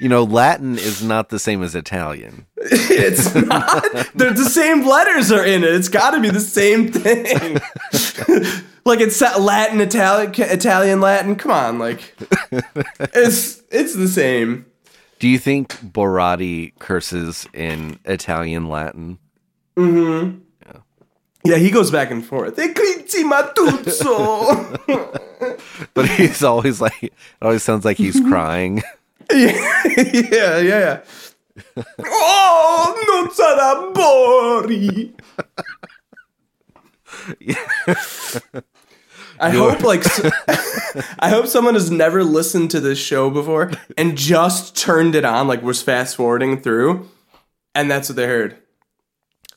You know, Latin is not the same as Italian.
It's not. They're the same letters are in it. It's got to be the same thing. like it's Latin, Italian, Italian, Latin. Come on, like it's it's the same.
Do you think Borati curses in Italian Latin?
Yeah, he goes back and forth. Eclipsi matuzzo.
But he's always like, it always sounds like he's crying.
yeah, yeah, yeah. Oh, non sarà Bori. I hope like s- I hope someone has never listened to this show before and just turned it on like was fast forwarding through and that's what they heard.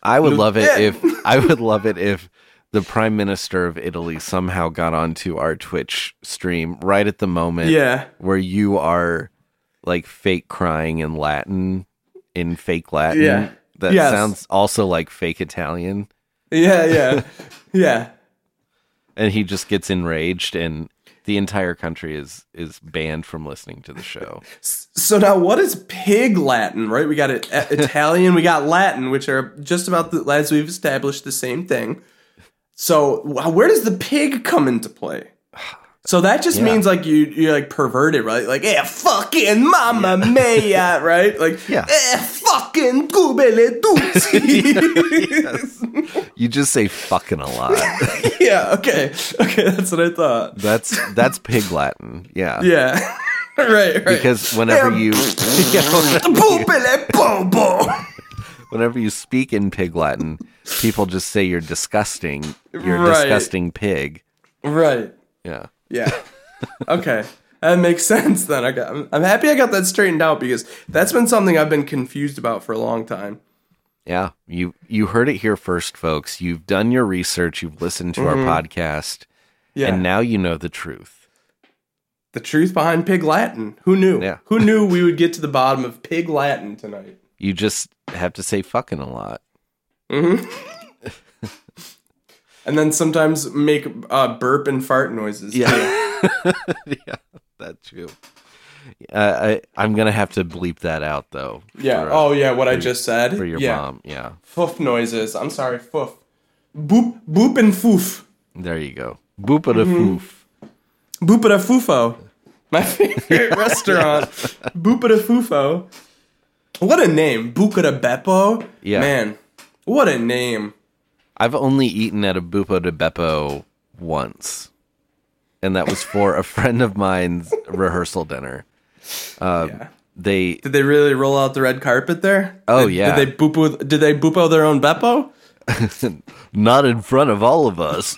I would love it
Yeah.
if I would love it if the Prime Minister of Italy somehow got onto our Twitch stream right at the moment
Yeah.
where you are like fake crying in Latin, in fake Latin.
Yeah.
That
Yes.
sounds also like fake Italian.
Yeah, yeah. yeah.
and he just gets enraged and the entire country is is banned from listening to the show
So now, what is pig Latin? Right, we got it, uh, Italian, we got Latin, which are just about the, as we've established the same thing. So wh- where does the pig come into play? So that just
Yeah.
means like you you're like perverted, right? Like, eh, fucking mama mia, right? Like,
Yeah.
eh, fucking goobledoozy.
You just say fucking a lot.
yeah, okay, okay, that's what I thought.
That's that's pig Latin. Yeah.
Yeah, right, right.
Because whenever
Yeah.
you, Yeah, whenever you
Boopity boo boo.
whenever you speak in pig Latin, people just say you're disgusting. You're a
Right.
disgusting pig.
Right.
Yeah.
Yeah. Okay. That makes sense then. I got, I'm, I'm happy I got that straightened out because that's been something I've been confused about for a long time.
Yeah, you you heard it here first, folks. You've done your research, you've listened to our podcast,
Mm-hmm. Yeah.
and now you know the truth.
the truth behind Pig Latin. Who knew?
Yeah.
Who knew we would get to the bottom of Pig Latin tonight?
You just have to say fucking a lot.
And then sometimes make uh, burp and fart noises.
yeah, that too. Uh, I I'm gonna have to bleep that out though.
Yeah.
for, uh,
oh, yeah. What I just said.
for your
yeah.
mom. Yeah,
Foof noises. I'm sorry. Foof. Boop. Boop and foof.
there you go. Boop a
Mm-hmm.
foof.
Boop it a foofo. My favorite restaurant. Boop it a foofo. What a name. Boop it a beppo.
Yeah.
Man. What a name.
I've only eaten at a Bupo de Beppo once, and that was for a friend of mine's rehearsal dinner. Uh,
yeah.
They
Did they really roll out the red carpet there?
Oh,
Did-
yeah.
Did they boop? Did they boopo their own beppo?
not in front of all of us.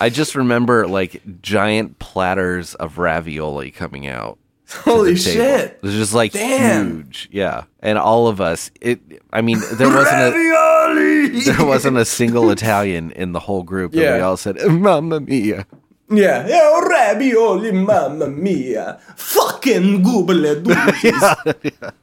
I just remember like giant platters of ravioli coming out.
Holy
the table.
shit!
It was just like
Damn.
huge. Yeah. And all of us it I mean there wasn't a
Ravioli.
there wasn't a single Italian in the whole group and we
Yeah.
all said mamma mia.
Yeah. Oh, ravioli, mamma mia! Fucking goobly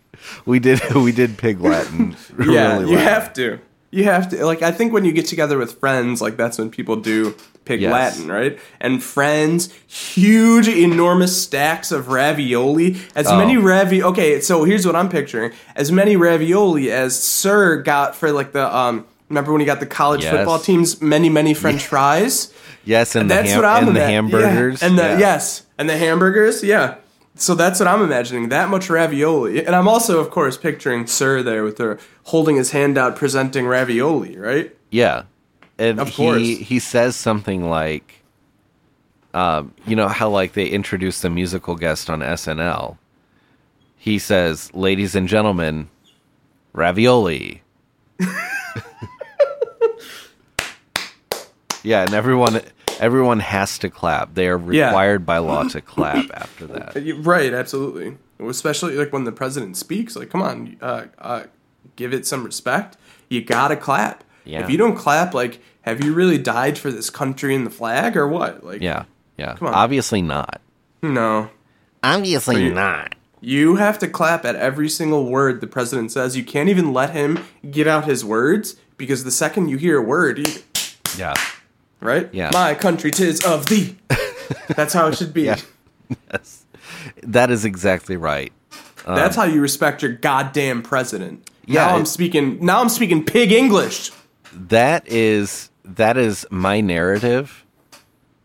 We did we did pig Latin. really
Yeah, you
well.
have to. You have to. Like, I think when you get together with friends, like that's when people do pig
Yes.
Latin, right? And friends, huge, enormous stacks of ravioli. As
Oh.
many ravi. Okay, so here's what I'm picturing: as many ravioli as Sir got for like the um. Remember when he got the college
Yes.
football team's many, many French fries?
Yes, and the
That's
ham-
what I'm
and the
ima- yeah.
hamburgers.
and the
Yeah.
yes, and the hamburgers. Yeah, so that's what I'm imagining. That much ravioli, and I'm also, of course, picturing Sir there with her holding his hand out, presenting ravioli. Right?
Yeah. And
Of course.
he he says something like um, you know how like they introduce the musical guest on SNL. He says, "Ladies and gentlemen, ravioli." yeah, and everyone everyone has to clap. They are
Yeah.
required by law to clap after that.
Uh, You- Right. Absolutely. Especially like when the president speaks. Like, come on, uh, uh, give it some respect. You gotta clap.
Yeah.
If you don't clap, like, have you really died for this country and the flag or what? Like,
Yeah. Yeah.
on.
Obviously not.
no.
Obviously not.
You have to clap at every single word the president says. You can't even let him get out his words because the second you hear a word, you,
Yeah.
right?
Yeah.
My country tis of thee. That's how it should be.
Yes. That is exactly right.
That's how you respect your goddamn president.
Um. Yeah,
now I'm
it-
speaking. Now I'm speaking pig English.
that is that is my narrative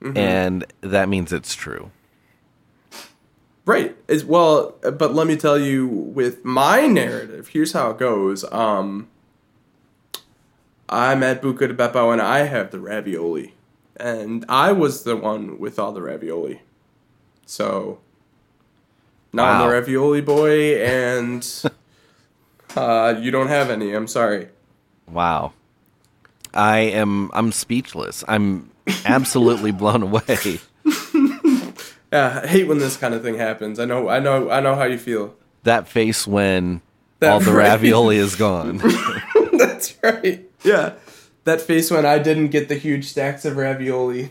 Mm-hmm.
and that means it's true
Right. As well, but let me tell you with my narrative, here's how it goes. Um I'm at Buca de Beppo and I have the ravioli. And I was the one with all the ravioli. So now I'm
Wow.
the ravioli boy and uh you don't have any, I'm sorry.
wow i am i'm speechless i'm absolutely blown away
Yeah, I hate when this kind of thing happens. I know I know I know how you feel.
that face when
That
all the
face.
ravioli is gone
That's right. Yeah. That face when I didn't get the huge stacks of ravioli.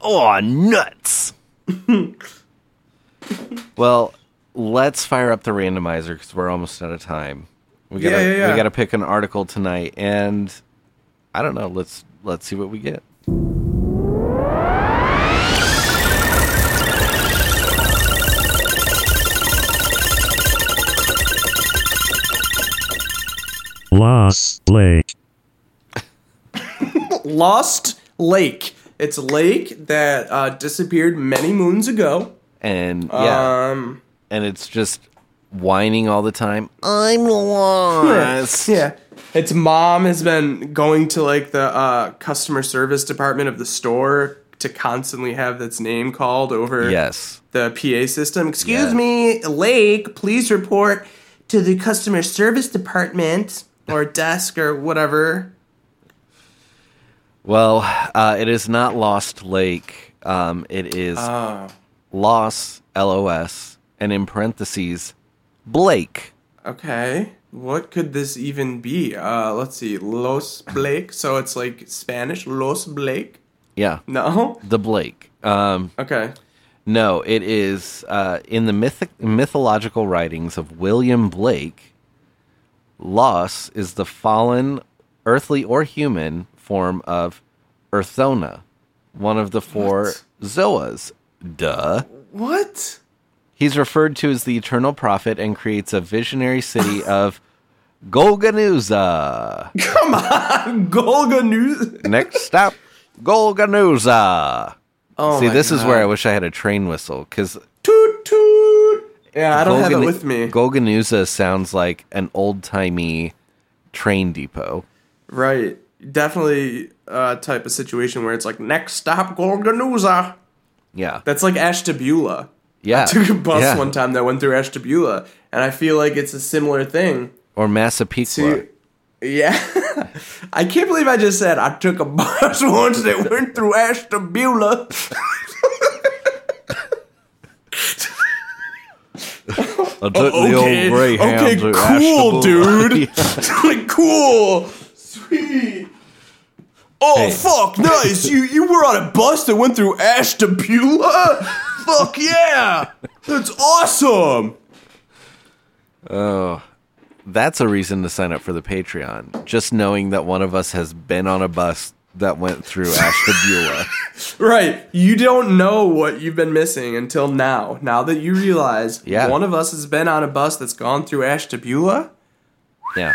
oh nuts well let's fire up the randomizer because we're almost out of time we gotta
Yeah, yeah, yeah.
we gotta pick an article tonight and i don't know let's let's see what we get
Lost Lake.
Lost Lake. It's a lake that uh, disappeared many moons ago.
and yeah,
Um,
and it's just whining all the time. I'm lost.
yeah. Its mom has been going to like the uh, customer service department of the store to constantly have its name called over
Yes.
the PA system. Excuse
Yeah.
me, Lake, please report to the customer service department or desk or whatever.
Well, uh, it is not Lost Lake. Um, it is Loss LOS and in parentheses Blake.
Okay. What could this even be? Uh, let's see. Los Blake. So it's like Spanish. Los Blake.
Yeah,
No.
the Blake. Um,
Okay.
no, it is uh, in the mythic mythological writings of William Blake. Loss is the fallen, earthly or human form of Earthona, one of the four
What?
Zoas. Duh.
What?
He's referred to as the eternal prophet and creates a visionary city of Golganuza.
Golga News.
Next stop, Golganuza.
Oh,
See,
my
this is where I
God.
wish I had a train whistle because
Toot toot. Yeah, I don't have it with me.
Golganuza sounds like an old timey train depot.
right. Definitely uh, type of situation where it's like next stop Golganuza.
Yeah,
That's like Ashtabula.
yeah.
took a bus
yeah.
one time that went through Ashtabula, and I feel like it's a similar thing.
or
To,
Massapequa.
yeah, I can't believe I just said I took a bus once that went through Ashtabula.
I took
oh, Okay, okay, cool, dude. like cool, sweet. Oh
Hey.
fuck, nice. you you were on a bus that went through Ashtabula. fuck yeah, that's awesome.
That's a reason to sign up for the Patreon. Just knowing that one of us has been on a bus that went through Ashtabula.
Right. You don't know what you've been missing until now. Now that you realize
Yeah.
one of us has been on a bus that's gone through Ashtabula.
Yeah.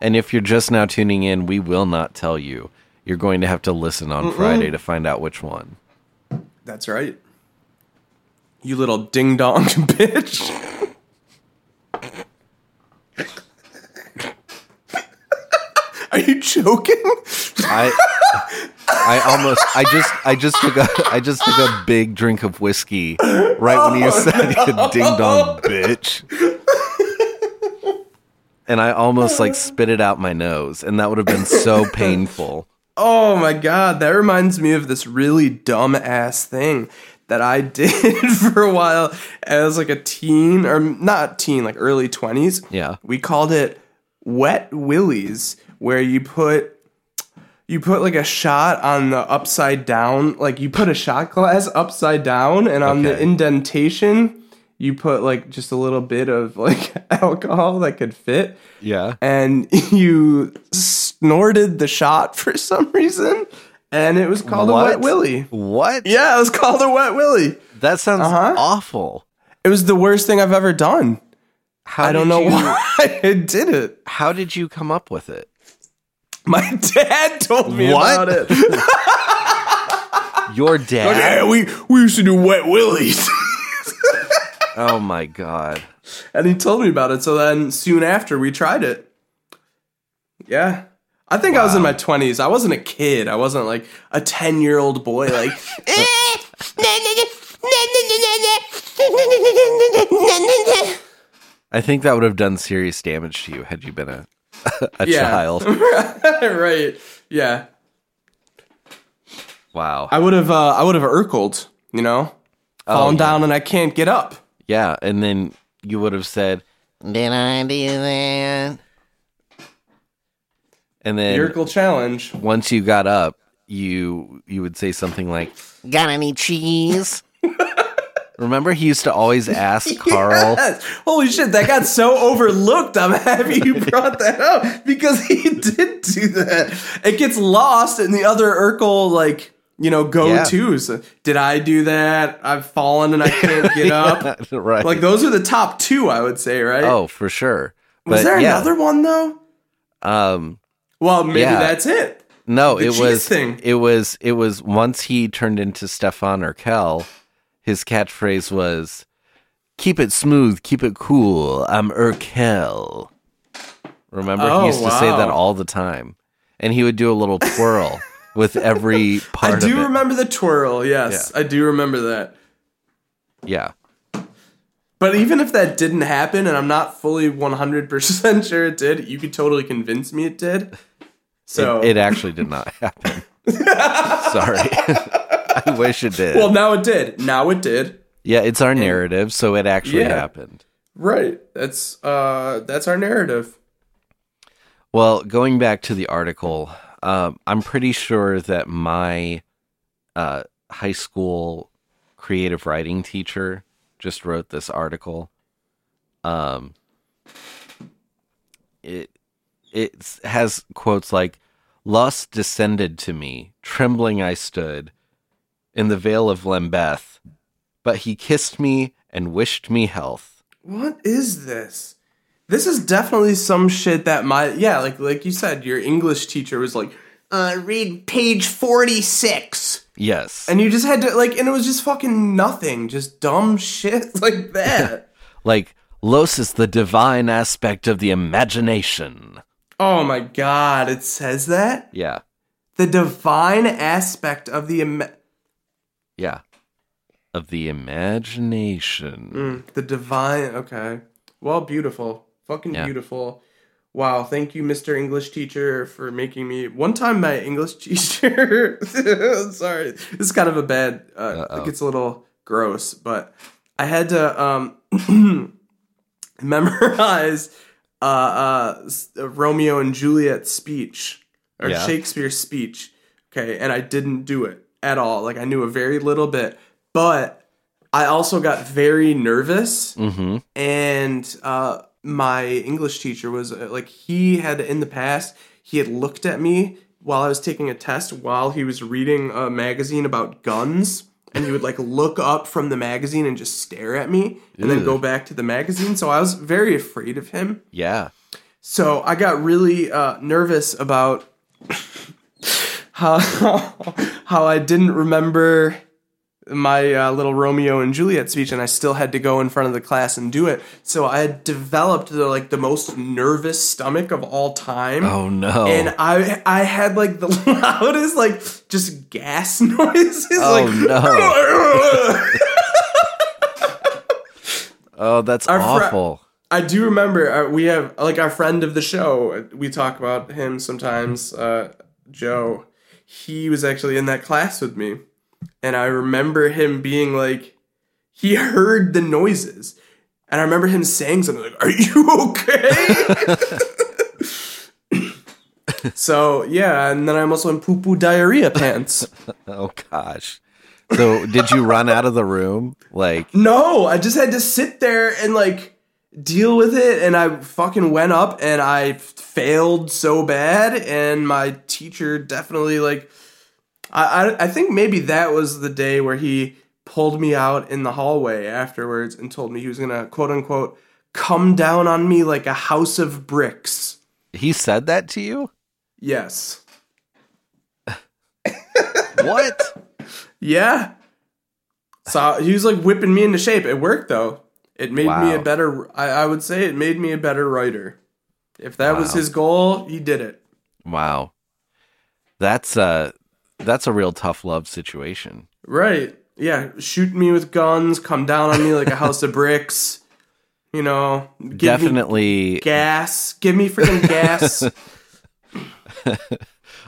And if you're just now tuning in, we will not tell you. You're going to have to listen on Friday to find out which one.
That's right. You little ding dong bitch. Are you joking?
I I almost I just I just took a I just took a big drink of whiskey right
Oh,
when you said ding dong bitch. And I almost like spit it out my nose, and that would have been so painful.
Oh my god, that reminds me of this really dumb ass thing that I did for a while as like a teen or not teen, like early 20s.
Yeah.
We called it wet willies where you put you put like a shot on the upside down, like you put a shot glass upside down and on the
Okay.
indentation you put like just a little bit of like alcohol that could fit
Yeah.
and you snorted the shot for some reason, and it was called a wet willy.
What?
Yeah, it was called a wet willy.
That sounds
Uh-huh.
awful.
It was the worst thing I've ever done.
How
I don't
did
know
you-
why I did it.
How did you come up with it?
My dad told me
What?
about it.
Your dad.
yeah, we we used to do wet willies,
Oh my god.
and he told me about it. So then, soon after, we tried it. Yeah. I think I was in my 20s. I wasn't a kid. I wasn't like a 10 year old boy, like,
I think that would have done serious damage to you had you been a a
Yeah.
child.
right. Yeah.
Wow.
I would have uh, I would have Urkeled, you know, fallen
Oh, yeah.
down and I can't get up.
yeah, and then you would have said,
Did I do that?
and then
The Urkel challenge.
once you got up, you you would say something like,
Got any cheese?
"Remember, he used to always ask Carl."
Yes. Holy shit, that got so overlooked. I'm happy you brought that up because he did do that. It gets lost in the other Urkel like you know go tos. Did I do that? I've fallen and I can't get up.
right.
Like those are the top two, I would say. Right?
oh, for sure.
was
But
there
yeah,
another one though?
Um,
Well, maybe
Yeah.
that's it.
No,
The
it
cheese
was
thing.
it was it was once he turned into Stefan or Kel, his catchphrase was "Keep it smooth, keep it cool. I'm Urkel." Remember,
Oh,
he used to say
wow.
that all the time, and he would do a little twirl with every part
I do
of it.
remember the twirl. Yes, I do remember that.
yeah,
But even if that didn't happen, and I'm not fully 100% sure it did, you could totally convince me it did. So,
it actually did not happen. Sorry, I wish it did.
well, now it did. Now it did.
yeah, it's our narrative, so it actually
Yeah.
happened.
Right. That's uh that's our narrative.
Well, going back to the article, um, I'm pretty sure that my uh, high school creative writing teacher just wrote this article. Um, it it s- has quotes like "Lust descended to me, trembling I stood in the vale of Lambeth, but he kissed me and wished me health."
What is this? This is definitely some shit that my yeah, like like you said, your English teacher was like, uh, read page forty six,
Yes,
and you just had to like, and it was just fucking nothing, just dumb shit like that.
like los is the divine aspect of the imagination
oh my god, it says that
yeah
the divine aspect of the Im-
yeah of the imagination
Mm, the divine. Okay. Well, beautiful. Fucking
Yeah.
beautiful. Wow. Thank you, Mr. English teacher, for making me. One time, my English teacher. sorry. This is kind of a bad. Uh, it gets a little gross, but I had to um, memorize uh, uh, s- uh, Romeo and Juliet speech or
Yeah.
Shakespeare's speech. Okay. And I didn't do it at all. Like, I knew a very little bit, but I also got very nervous,
mm-hmm
and uh, my English teacher was uh, like, he had in the past he had looked at me while I was taking a test while he was reading a magazine about guns, and he would like look up from the magazine and just stare at me, and then
Ew.
go back to the magazine. So I was very afraid of him.
yeah
So I got really uh, nervous about how how I didn't remember my uh, little Romeo and Juliet speech, and I still had to go in front of the class and do it. So I had developed the like the most nervous stomach of all time.
oh no
And I I had like the loudest like just gas noises
Oh,
like
no. oh that's
Our fri-
awful
I do remember uh, we have like our friend of the show. We talk about him sometimes. Uh, Joe, he was actually in that class with me, and I remember him being like, he heard the noises, and I remember him saying something like, "Are you okay?" so yeah, and then I'm also in poo poo diarrhea pants.
oh gosh so did you run out of the room like
No, I just had to sit there and like deal with it. And I fucking went up and I f- failed so bad. And my teacher definitely like, I, I, I think maybe that was the day where he pulled me out in the hallway afterwards and told me he was gonna quote unquote come down on me like a house of bricks.
he said that to you
Yes.
what
Yeah. So he was like whipping me into shape. It worked though. It made me
Wow.
a better. I, I would say it made me a better writer. If that was
Wow.
his goal, he did it.
wow that's uh that's a real tough love situation
Right. Yeah. Shoot me with guns. Come down on me like a house of bricks. You know. Give Me
definitely
gas. Give me freaking gas.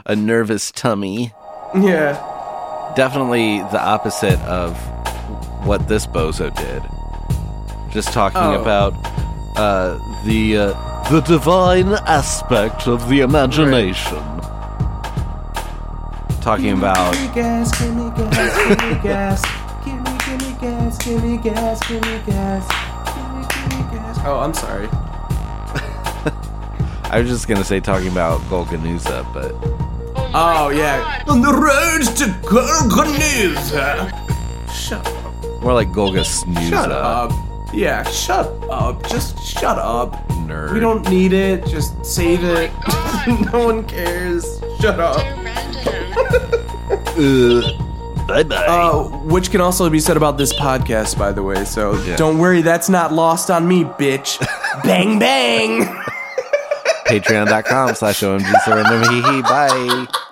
a nervous tummy
yeah.
definitely the opposite of what this bozo did. Just talking
Oh.
about uh, the uh, the divine aspect of the imagination. Talking about
Give me gas. Give me gas. Give me gas. Give me. Give me gas. Give me gas. Give me gas. Give me. Give me gas. Oh, I'm sorry.
I was just gonna say talking about Golganusa, but
Oh yeah. On the roads to Gorgonesa. Shut up.
more like Golga Snooza.
Shut up. Yeah, shut up. Just shut up.
Nerd.
We don't need it. Just save it.
God.
no one cares. Shut up.
Random.
Uh, which can also be said about this podcast, by the way. So
Yeah.
don't worry, that's not lost on me, bitch. bang bang.
Patreon.com slash OMG Surrender. Hee hee. Bye.